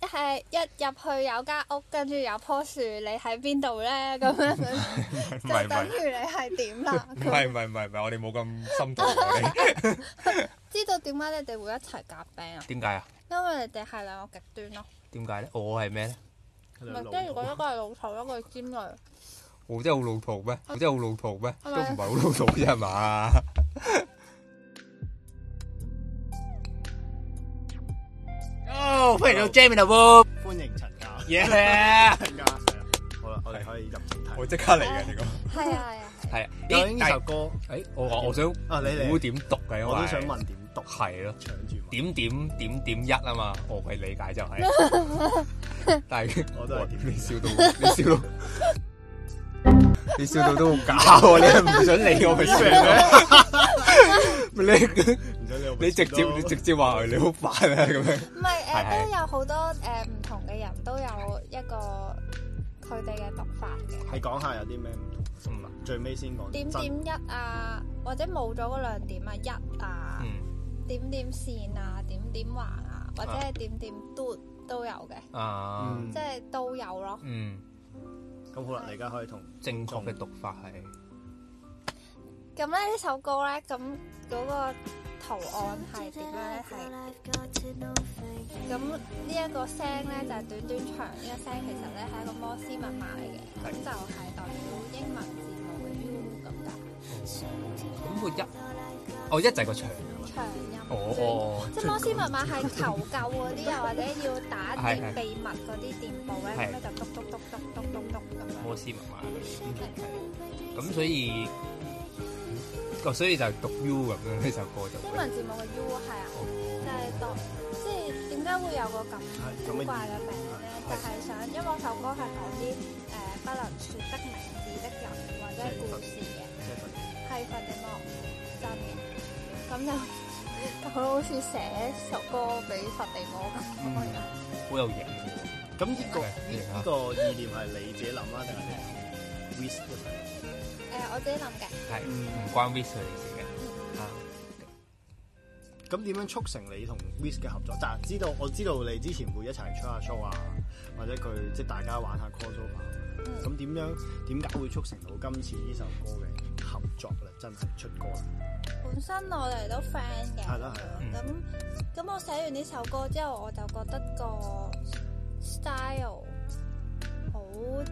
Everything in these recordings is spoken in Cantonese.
誒一入去有間屋，跟住有棵樹，你喺邊度咧？咁樣唔係就唔等係於你係點啦。唔係唔係唔係唔係，我哋冇咁深度我哋。 知道點解你哋會一齊夾 band 啊？點解啊？因為你哋係兩個極端咯。點解咧？我係咩咧？唔係，即係如果一個係老土，一個係尖鋭，我真係好老土咩？我真係好老土咩？都啊係咪啊唔係好老土啫係嘛？哦，歡迎到 Jamie 啦喎！歡迎陳 家，耶！陳家係啊，好啦，我哋可以入正題。我即刻嚟嘅呢個係啊係啊。係啊究竟咦呢但首歌誒，我我我想啊，你估嚟，點讀嘅，因為我都想問點讀，係咯，搶住問。點點點點一啊嘛，我嘅理解就係，但係我都係點你笑到你笑到你笑到都好假喎，你唔想理我咪算咯，唔使 你你直接你直接話你好煩啊咁樣，唔係係係誒，都有好多誒唔同嘅人都有一個佢哋嘅讀法嘅。係講下有啲咩唔同啦，最尾先講點真點一啊，或者冇咗嗰兩點啊，一啊，嗯點點線啊，點點橫啊，或者係點點嘟都有嘅，啊嗯即係都有咯。嗯，咁好啦，你而家可以同正確嘅讀法係咁咧呢首歌咧，咁嗰個圖案係點樣咧？係咁呢一個聲咧就係、短短長呢、個聲，其實咧係一個摩斯密碼嚟嘅，咁就係代表英文字母嘅 U 咁解，咁個一，哦一就係個長啊嘛，長音。哦哦即係摩斯密碼係求救嗰啲，又或者要打係電係秘密嗰啲電報咧，咁係咧就篤篤篤篤篤篤篤咁哦樣。摩斯密碼嗰啲。咁所以，哦，所以就係讀 U 咁樣呢首歌就英會。文字母嘅 U 係啊，就哦，係當即係點解會有個咁係咁啊古怪啊嘅嘅名咧？就係想，因為我首歌係講啲誒不能説的名字的人或者係故事嘅。即係佛地魔真嘅，咁就佢好似寫首歌俾佛地魔咁樣。嗯好有型喎！係咁呢個係呢呢個意念係你自己諗啦，定係你 risk 一齊？誒、我自己諗嘅，係嗯唔關 Vis 佢哋事嘅。啊，咁點樣促成你同 risk 嘅合作？就係知道我知道你之前會一齊出下 show 啊，或者佢即係大家玩下 crossover 啊嗯。咁點樣點解會促成到今次呢首歌嘅合作咧？真係出歌啦！本身我哋都 friend 嘅，係啦係啦咁咁我寫完呢首歌之後，我就覺得個 style 好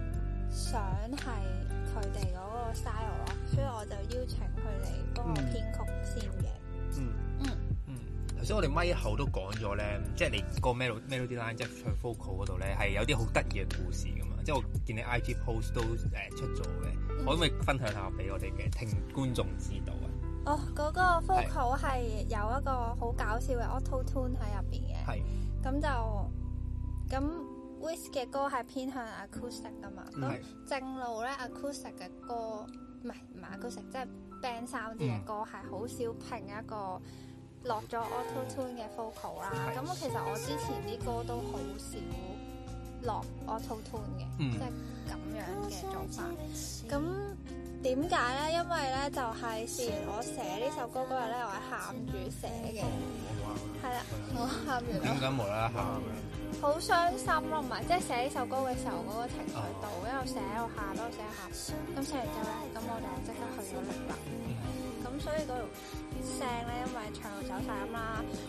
想係佢哋嗰個 style 咯，所以我就邀請佢哋幫我編曲先嘅。嗯，嗯，頭先我哋咪後都講咗咧，即係你個 melody melody line 即係唱 vocal 嗰度咧，係有啲好得意嘅故事噶嘛。即係我見你 IG post 都誒出咗嘅，可唔可以分享下俾我哋嘅聽觀眾知道啊？嗯哦，嗰、個 vocal 係有一個好搞笑嘅 auto tune 喺入邊嘅。係咁就咁 Wiz 嘅歌係偏向 acoustic 噶嘛，咁嗯係正路咧 acoustic 嘅歌唔係唔係 acoustic，即係 band sound 啲嘅嗯歌係好少拼一個落咗 auto tune 嘅 vocal 啦。係咁其實我之前啲歌都好少落 auto tune 嘅，嗯即係咁樣嘅做法。咁點解咧？因為咧就係、試完我寫呢首歌嗰日咧，我係喊住寫嘅，哦我係啦，我喊完我 點解無啦啦話喊？啊好傷心咯，唔係即係寫呢首歌嘅時候嗰個情緒度，一路寫一路喊，一路寫一路喊。咁寫完之後咧，咁我就即刻去咗錄啦。咁所以嗰條聲咧，因為唱到走晒音啦，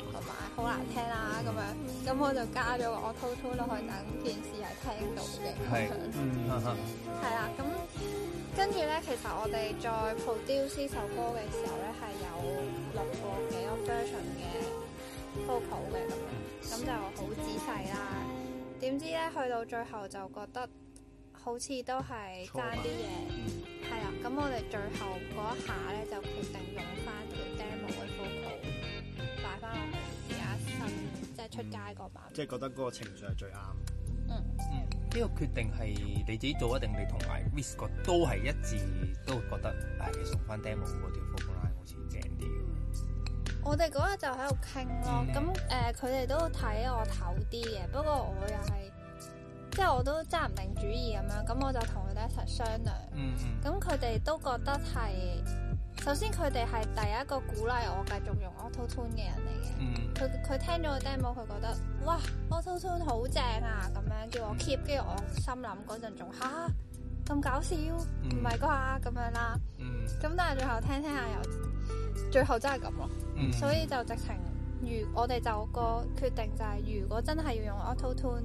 同埋好難聽啦咁樣，咁我就加咗個 auto tune 落去，等件事係聽到嘅。係嗯啊哈係啦，咁跟住咧，其實我哋再 produce 呢首歌嘅時候咧，係有錄過幾個 version 嘅 vocal 嘅咁樣，咁就好仔細啦。點知咧，去到最後就覺得好似都係爭啲嘢，係啦。咁我哋最後嗰一下咧，就決定用翻條 demo 嘅 vocal 擺翻落去而家新即係出街個版即係覺得嗰個情緒係最啱。嗯，呢個決定係你自己做一啊定你同埋 Risk 個都係一致，都覺得唉，其實用翻 demo 嗰條 vocal line 好似正啲咁。我哋嗰日就喺度傾咯，嗯咁誒佢哋都睇我頭啲嘅，不過我又係即係我都揸唔定主意咁樣，咁我就同佢哋一齊商量，嗯嗯咁佢哋都覺得係首先佢哋係第一個鼓勵我繼續用 Auto Tune 嘅人嚟嘅。嗯，佢佢聽咗個 demo，佢覺得哇 Auto Tune 好正啊，咁樣叫我 keep，跟住我心諗嗰陣仲吓咁搞笑，唔係啩咁樣啦。嗯，咁但係最後聽聽下又，最後真係咁咯。嗯，所以就直情，如我哋就個決定就係、如果真係要用 Auto Tune，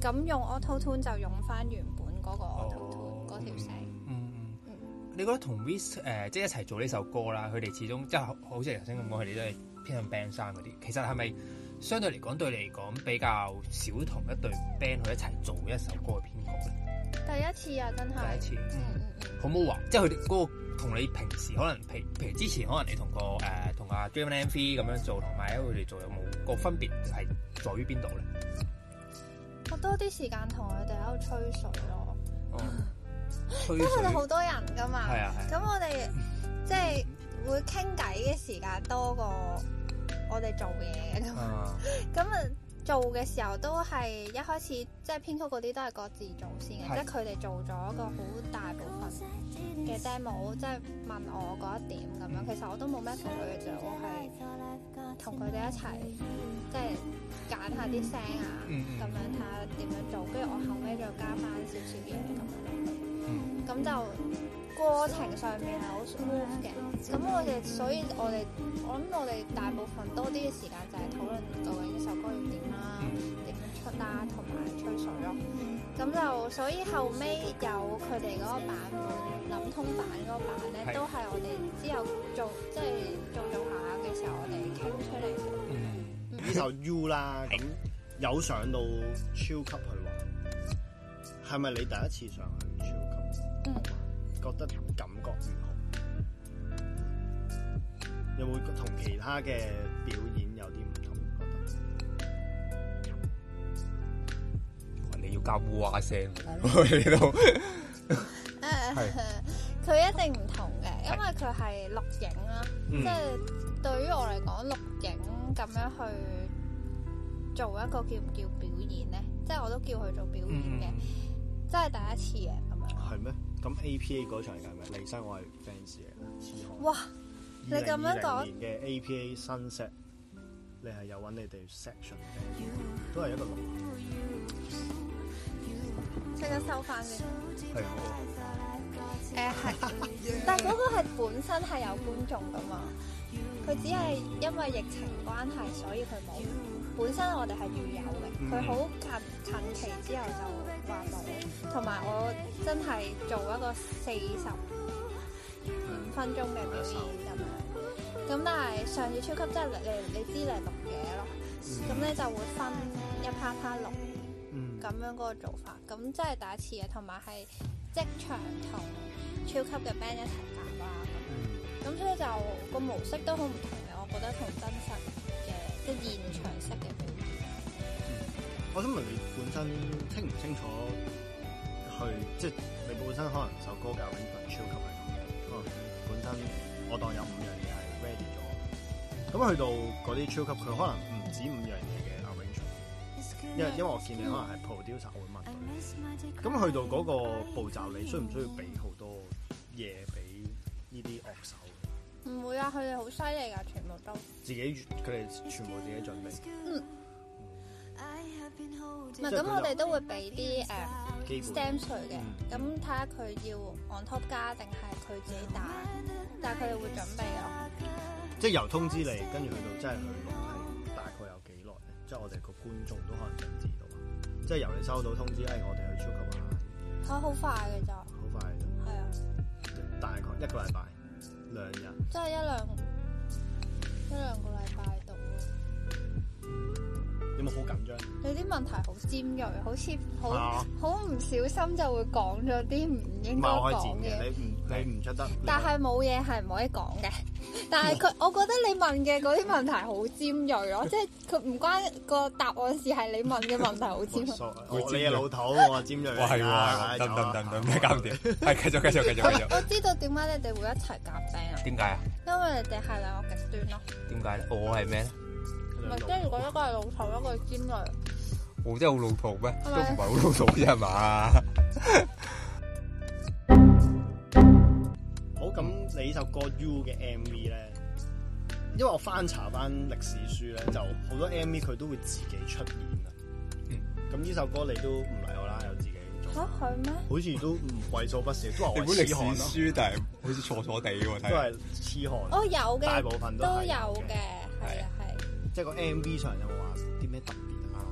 咁用 Auto Tune 就用翻原本嗰個哦 Auto Tune 嗰條聲。嗯嗯嗯，你覺得同 Wiz 誒、即係一齊做呢首歌啦，佢哋始終即係好好似頭先咁講，佢哋都係偏向 band 三嗰啲。其實係咪相對嚟講對你嚟講比較少同一隊 band 去一齊做一首歌嘅編曲咧？第一次啊，真係。第一次，嗯嗯，嗯嗯好唔好玩？即係佢哋嗰個同你平時可能譬譬如之前可能你同個誒、同阿 d r a m a n MV 咁樣做，同埋佢哋做有冇個分別係在於邊度咧？嗯我多啲時間同佢哋喺度吹水咯，哦，吹因為水佢哋好多人噶嘛係。啊係啊，咁我哋即係會傾偈嘅時間多過我哋做嘢嘅，啊咁啊做嘅時候都係一開始即係編曲嗰啲都係各自做先嘅，即係係佢哋做咗一個好大部分嘅 demo，即係問我嗰一點咁樣。其實我都冇咩同佢哋做，我係同佢哋一齊即係揀下啲聲啊，嗯嗯咁樣睇下點樣做，跟住我後尾再加翻少少嘢咁樣咯。嗯咁就過程上面係好 smooth 嘅。咁我哋所以我哋我諗我哋大部分多啲嘅時間就係討論究竟呢首歌要點啦嗯、點樣出啦，同埋吹水咯。咁就所以後尾有佢哋嗰個版本諗通版嗰個版咧，係都係我哋之後做即係做做下嘅時候，我哋傾出嚟嘅。嗯。呢首 U 啦，咁有上到超級去玩，係咪你第一次上去超級？嗯，覺得感覺如何？有冇同其他嘅表演有啲唔同？覺得你要加烏鴉聲喎，呢度係 佢一定唔同嘅，因為佢係錄影啦，嗯即係對於我嚟講，錄影咁樣去做一個叫唔叫表演咧？即係我都叫佢做表演嘅，嗯真係第一次嘅咁樣。啊係咩？咁 APA 嗰場係咪？李生我係 fans 嘅，痴漢哇！你咁樣講2020年嘅 APA Sunset，你係有揾你哋 section 嘅，都係一個錄即刻收翻先。係喎誒呃係，但係嗰個係本身係有觀眾噶嘛，佢只係因為疫情關係，所以佢冇。本身我哋係預有嘅，佢好近近期之後就話冇，同埋我真係做一個四十五分鐘嘅表演咁樣。咁但係上次超級真係你你知你錄嘢咯，咁咧就會分一 part part 錄。嗯咁樣嗰個做法，咁真係第一次嘅，同埋係即場同超級嘅 band 一齊夾啊，嗯咁所以就個模式都好唔同嘅，我覺得同真實嘅即係現場式嘅表演，我想問你本身清唔清楚去即係你本身可能首歌嘅 a r r a n g e m 超級係咁樣，可能本身我當有五樣嘢係 ready 咗，咁去到嗰啲超級佢可能唔止五樣嘢嘅 arrangement，因為因為我見你可能係 producer 會問佢，咁去到嗰個步驟你需唔需要俾好多嘢俾呢啲樂手？唔會啊，佢哋好犀利㗎，全部都自己佢哋全部自己準備，唔係咁，我哋都會俾啲誒基本 stem 水嘅，咁睇下佢要 on top 加定係佢自己打，但係佢哋會準備咯，即係由通知你，跟住去到真係去錄係大概有幾耐咧？即係我哋個觀眾都可能想知道，即係由你收到通知，誒、哎、我哋去超級玩，佢好快嘅咋，好快就係啊，大概一個禮拜兩日，即係一兩一兩個禮拜到咯。有冇好緊張？你啲問題好尖鋭，好似係好啊好唔小心就會講咗啲唔唔應該係我講係賤嘅，嘅。你唔你唔出得，但係冇嘢係唔可以講 嘅。但係佢，我覺得你問嘅嗰啲問題好尖鋭 咯，即係佢唔關個答案事，係你問嘅問題好尖我 鋭。傻我會尖你嘅鋭老土，我 尖啊鋭哇係嚟㗎喎，得唔得唔得唔得，咩搞唔？掂？係繼續繼續繼續繼續。 我知道點解你哋會一齊夾 band 啦，點解啊？因為你哋係兩個極端咯。點解咧？我係咩咧？唔係，即走係如果一個係老土，一個係尖鋭。我真係好老土咩？係都咪唔係好老土啫係嘛？好咁，你首歌 U 嘅 MV 咧，因為我翻查翻歷史書咧，就好多 MV 佢都會自己出現啊。嗯咁呢首歌你都唔例外啦，有自己做，嚇佢咩？好似都唔為數不少，都話你我本歷係痴漢咯，史書，但係好似錯錯地喎，睇都嚟係痴漢，哦，有大嘅，部分都都係有嘅，係啊係。即係個 MV 上有冇話啲咩特別啊？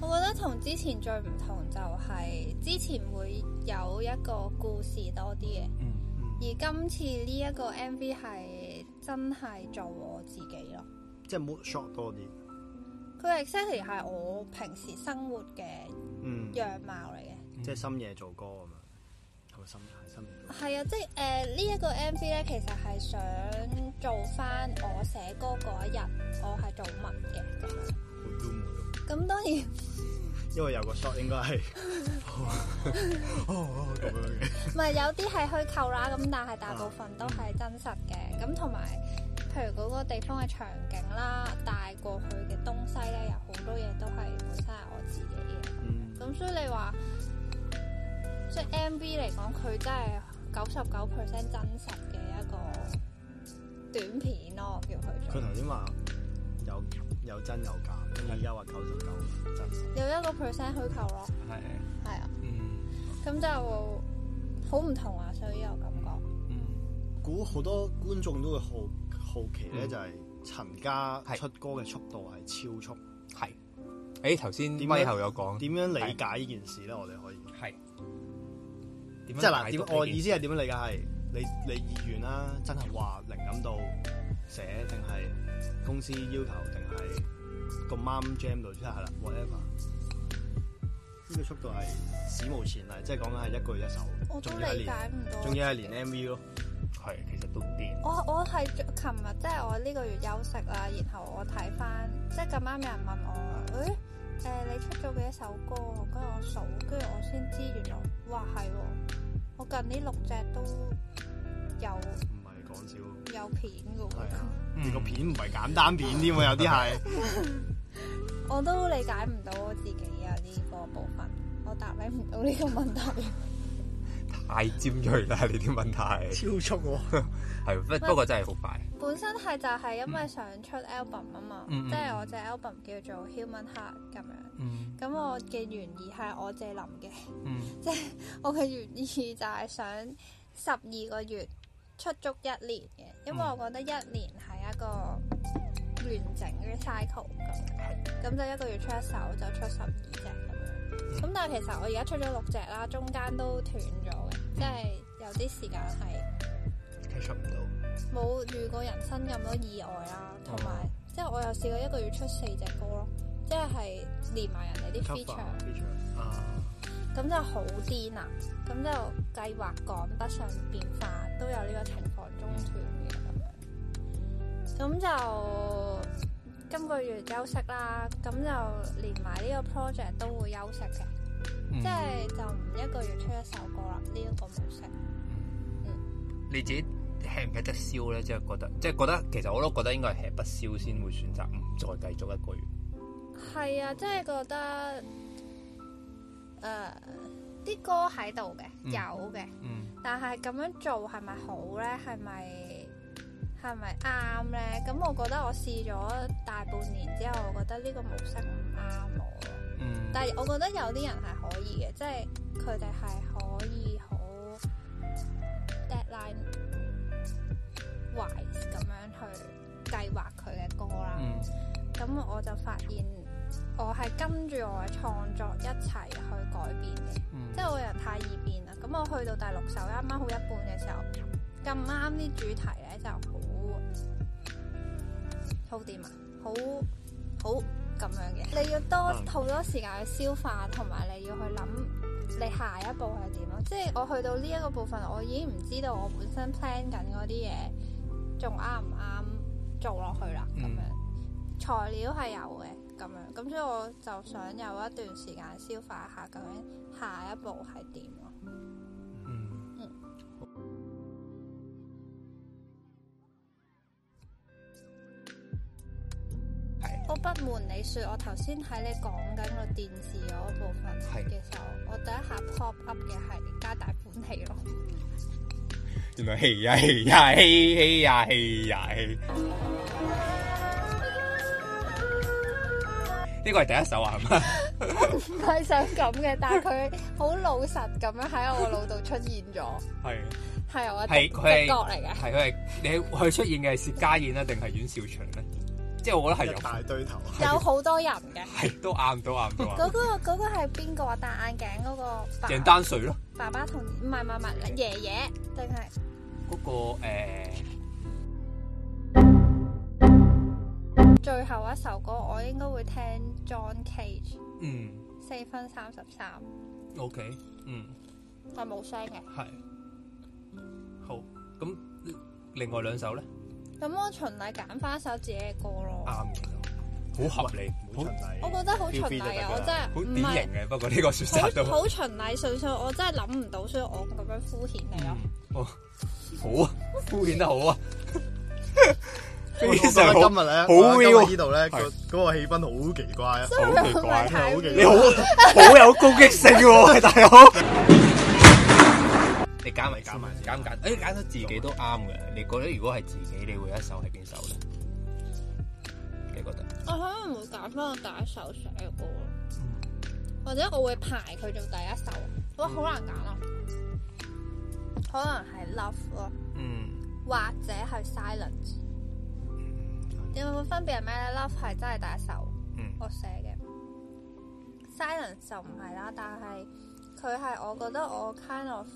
我覺得同之前最唔同就係之前會有一個故事多啲嘅，嗯而今次呢一個 MV 係真係做我自己咯。即係 mood shot 多啲，佢 exactly 係我平時生活嘅嗯，樣貌嚟嘅，即係深夜做歌咁樣，係咪深夜？深夜做歌係啊，即係誒呢一個 MV 咧，其實係想做翻我寫歌嗰一日我係做乜嘅咁樣。好 doom 嗰種咁當然因為有個 shot 應該係 哦哦咁樣嘅，唔係有啲係虛構啦，咁但係大部分都係真實嘅。咁同埋，譬如嗰個地方嘅場景啦，帶過去嘅東西咧，有好多嘢都係本身係我自己嘅。嗯，咁所以你話，即係 MV 嚟講，佢真係九十九 percent 真實嘅一個短片咯，我叫佢佢做。頭先話有有真有假，跟住而家話九十九真實，有一個 percent 虛構咯，係係啊，嗯咁就好唔同啊，所以我感覺。嗯估好多觀眾都會好好奇咧，嗯就係陳家係出歌嘅速度係超速，係。誒頭先點咪樣後有講點樣理解呢件事咧？我哋可以係點即係嗱，解讀呢點我件意思係點樣理解係你你意願啦，真係話靈感到寫定係公司要求定係咁啱 jam 到出嚟係啦，whatever。呢個速度係史無前例，即係講緊係一句一我首，都仲要係理連解唔到。啊仲要係連 MV 咯。係其實都癲，我我係昨琴日即係我呢個月休息啦，然後我睇翻，即係咁啱有人問我，誒、誒、你出咗幾多首歌？跟住我數，跟住我先知原來，哇係喎，我近呢六隻都有唔係講笑，有片嘅喎，係啊，嗯個片唔係簡單片添喎，有啲係。 我都理解唔到我自己啊呢、個部分，我答你唔到呢個問題。 太尖鋭啦！你啲問題超速喎！係不不過真係好快，本身係就係因為想出 album 啊嘛，嗯嗯即係我隻 album 叫做 Human Heart 咁樣，嗯咁我嘅原意係我自己諗嘅。嗯我嘅原意就係想十二個月出足一年嘅，因為我嗯覺得一年係一個完整嘅 cycle 咁，咁就一個月出一首就出十二隻咁樣。咁但係其實我而家出咗六隻啦，中間都斷咗嘅，即係有啲時間係睇出唔到，冇遇過人生咁多意外啦，同埋即係我又試過一個月出四隻歌咯，即係連埋人哋啲 feature。 feature 啊，咁就好癲啊！咁就計劃趕不上變化，都有呢個情況中斷嘅咁樣。咁就今個月休息啦，咁就連埋呢個 project 都會休息嘅，嗯即係就唔一個月出一首歌啦。呢、一個模式，你自己吃唔吃得消咧？即係覺得，即係覺得，其實我都覺得應該係吃不消先會選擇唔再繼續一個月。嗯係啊，即係覺得誒啲、歌喺度嘅，嗯有嘅。嗯但係咁樣做係咪好咧？係咪係咪啱咧？咁我覺得我試咗大半年之後，我覺得呢個模式唔啱我咯。嗯但係我覺得有啲人係可以嘅，即係佢哋係可以好 deadline wise 咁樣去計劃佢嘅歌啦。嗯咁我就發現我係跟住我嘅創作一齊去改變嘅。嗯即係我人太易變啦。咁我去到第六首啱啱好一半嘅時候，咁啱啲主題咧就好好點啊，好好咁樣嘅。你要多嗯好多時間去消化，同埋你要去諗你下一步係點咯。即係我去到呢一個部分，我已經唔知道我本身 plan 緊嗰啲嘢仲啱唔啱做落去啦。咁嗯樣、材料係有嘅。咁樣，咁所以我就想有一段時間消化一下，究竟下一步係點咯？嗯我不瞞你說，我頭先喺你講緊個電視嗰部分 係嘅時候，我第一下 pop up 嘅係皆大歡喜咯。原來氣呀氣呀氣氣呀氣呀氣。呢個係第一首啊，係 嘛？唔係想咁嘅，但係佢好老實咁樣喺我腦度出現咗，係係我係直佢係直覺嚟嘅。係佢係你佢出現嘅係薛家燕啦，定係阮兆祥咧？即係我覺得係啊一有大堆頭，有好多人嘅。係都啱，都啱，都嗰、啱。個嗰、個係邊個啊？戴眼鏡嗰個爸鄭丹瑞咯，爸爸同唔係唔係唔係爺爺定係嗰個誒最後一首歌，我應該會聽 John Cage 嗯四分三十三， OK 嗯。係冇聲嘅。系好咁，另外兩首咧咁我循例揀翻首自己嘅歌咯。啊啱嘅，好合理，好好循例。我覺得好循例啊！我真係好唔典係 型嘅。不過呢個選擇都好好循例，純粹我真係諗唔到，所以我咁樣敷衍你咯。啊哦，好啊，敷衍得好啊，非 我覺常得好今，日咧，好我覺得 real 今日呢度咧，係個嗰個氣氛好奇怪啊！好奇怪，真係好奇奇你怪好好有攻擊性喎，大佬。你揀埋揀埋揀唔揀？誒揀到自己都啱嘅。你覺得如果係自己，你會一首係邊首咧？你覺得？我可能會揀翻我第一首寫嘅歌咯，或者我會排佢做第一首。哇，好難揀啊！可能係 Love 咯，Ừ. 嗯，或者係 Silence。有冇分別係咩咧？Love 係真係第一首嗯我寫嘅，Silence 就唔係啦。但係佢係我覺得我 kind of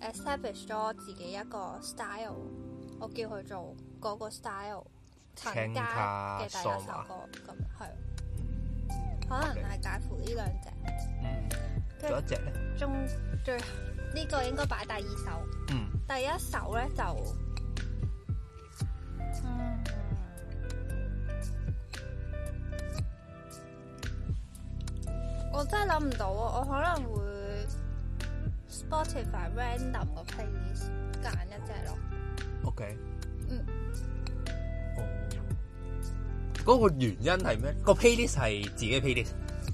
establish 咗我自己一個 style，我叫佢做嗰個 style 陳家嘅第一首歌咁係。可能係介乎呢兩隻，嗯，仲有一隻咧，中最呢、個應該擺第二首，嗯。第一首咧就，嗯，我真係諗唔到啊！我可能會 Spotify random 個 playlist 揀一隻咯， O K，嗯，哦，嗰個原因係咩？個 playlist 係自己 playlist，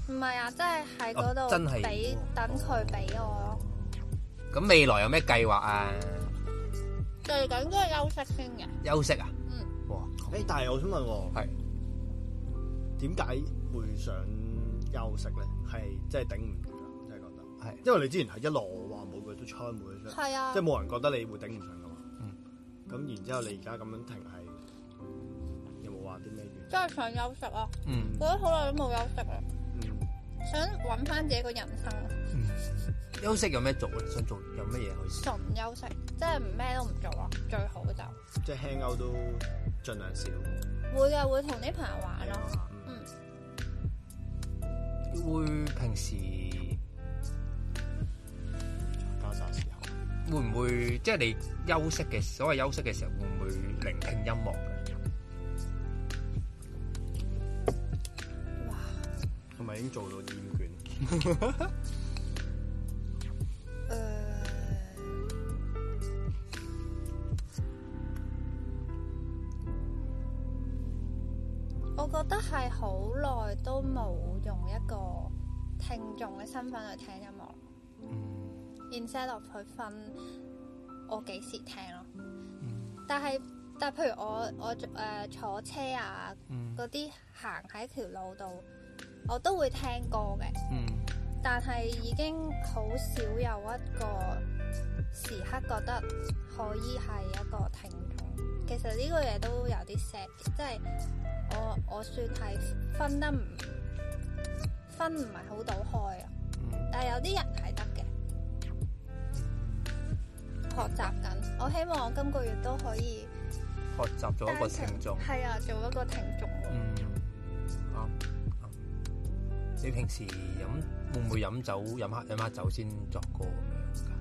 唔係啊，即係喺嗰哦真度係俾等佢俾我咯，咁未來有咩計劃啊？最緊都係休息先嘅。休息啊？嗯，哇，誒，但係我想問喎，係點解會想休息咧？係真係頂唔住啊！真係覺得，係因為你之前係一路話每個月都出，每個月都出，係啊，即係冇人覺得你會頂唔順噶嘛。嗯。咁然之後你而家咁樣停係，有冇話啲咩原因？真係想休息啊！嗯，覺得好耐都冇休息啊啦，嗯，想揾翻自己個人生，休息有咩做咧？想做有乜嘢可以？純休息，即係唔咩都唔做啊，最好就即係 hang out 都盡量少。會嘅，會同啲朋友玩咯。嗯嗯，會平時加晒時候。會唔會即係你休息嘅所謂休息嘅時候，會唔會聆聽音樂嘅？哇，係咪已經做到厭倦？誒、我覺得係好耐都冇用一個聽眾嘅身份去聽音樂。嗯 instead of 去分我幾時聽咯。嗯但係但係譬如我我誒、呃坐車啊嗯嗰啲行喺條路度，我都會聽歌嘅，嗯但係已經好少有一個時刻覺得可以係一個聽眾。其實呢個嘢都有啲 sad，即係我我算係分得唔分唔係好到開啊。嗯但係有啲人係得嘅，學習緊。我希望我今個月都可以學習咗一個聽眾。係啊，做一個聽眾。嗯，啱啱。嗯你平時飲會唔會飲酒飲黑飲黑酒先作歌咁樣㗎？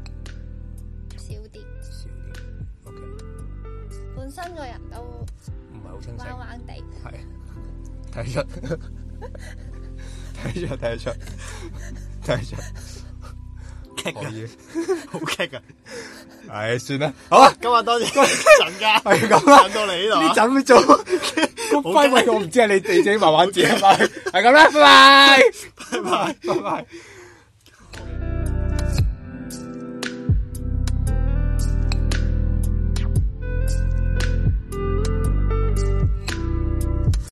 少啲。少啲，OK，本身個人都唔係好清醒彎，彎地，係睇得出，睇得出，睇得出，睇得出，激可以，好激啊！唉，算啦，好啊，今日 多謝陳家，係咁啦等到你呢呢度啊，陣會做 個好啊揮位，我唔知係你哋自己慢慢自己翻去，係咁啦，拜拜，拜拜。拜拜。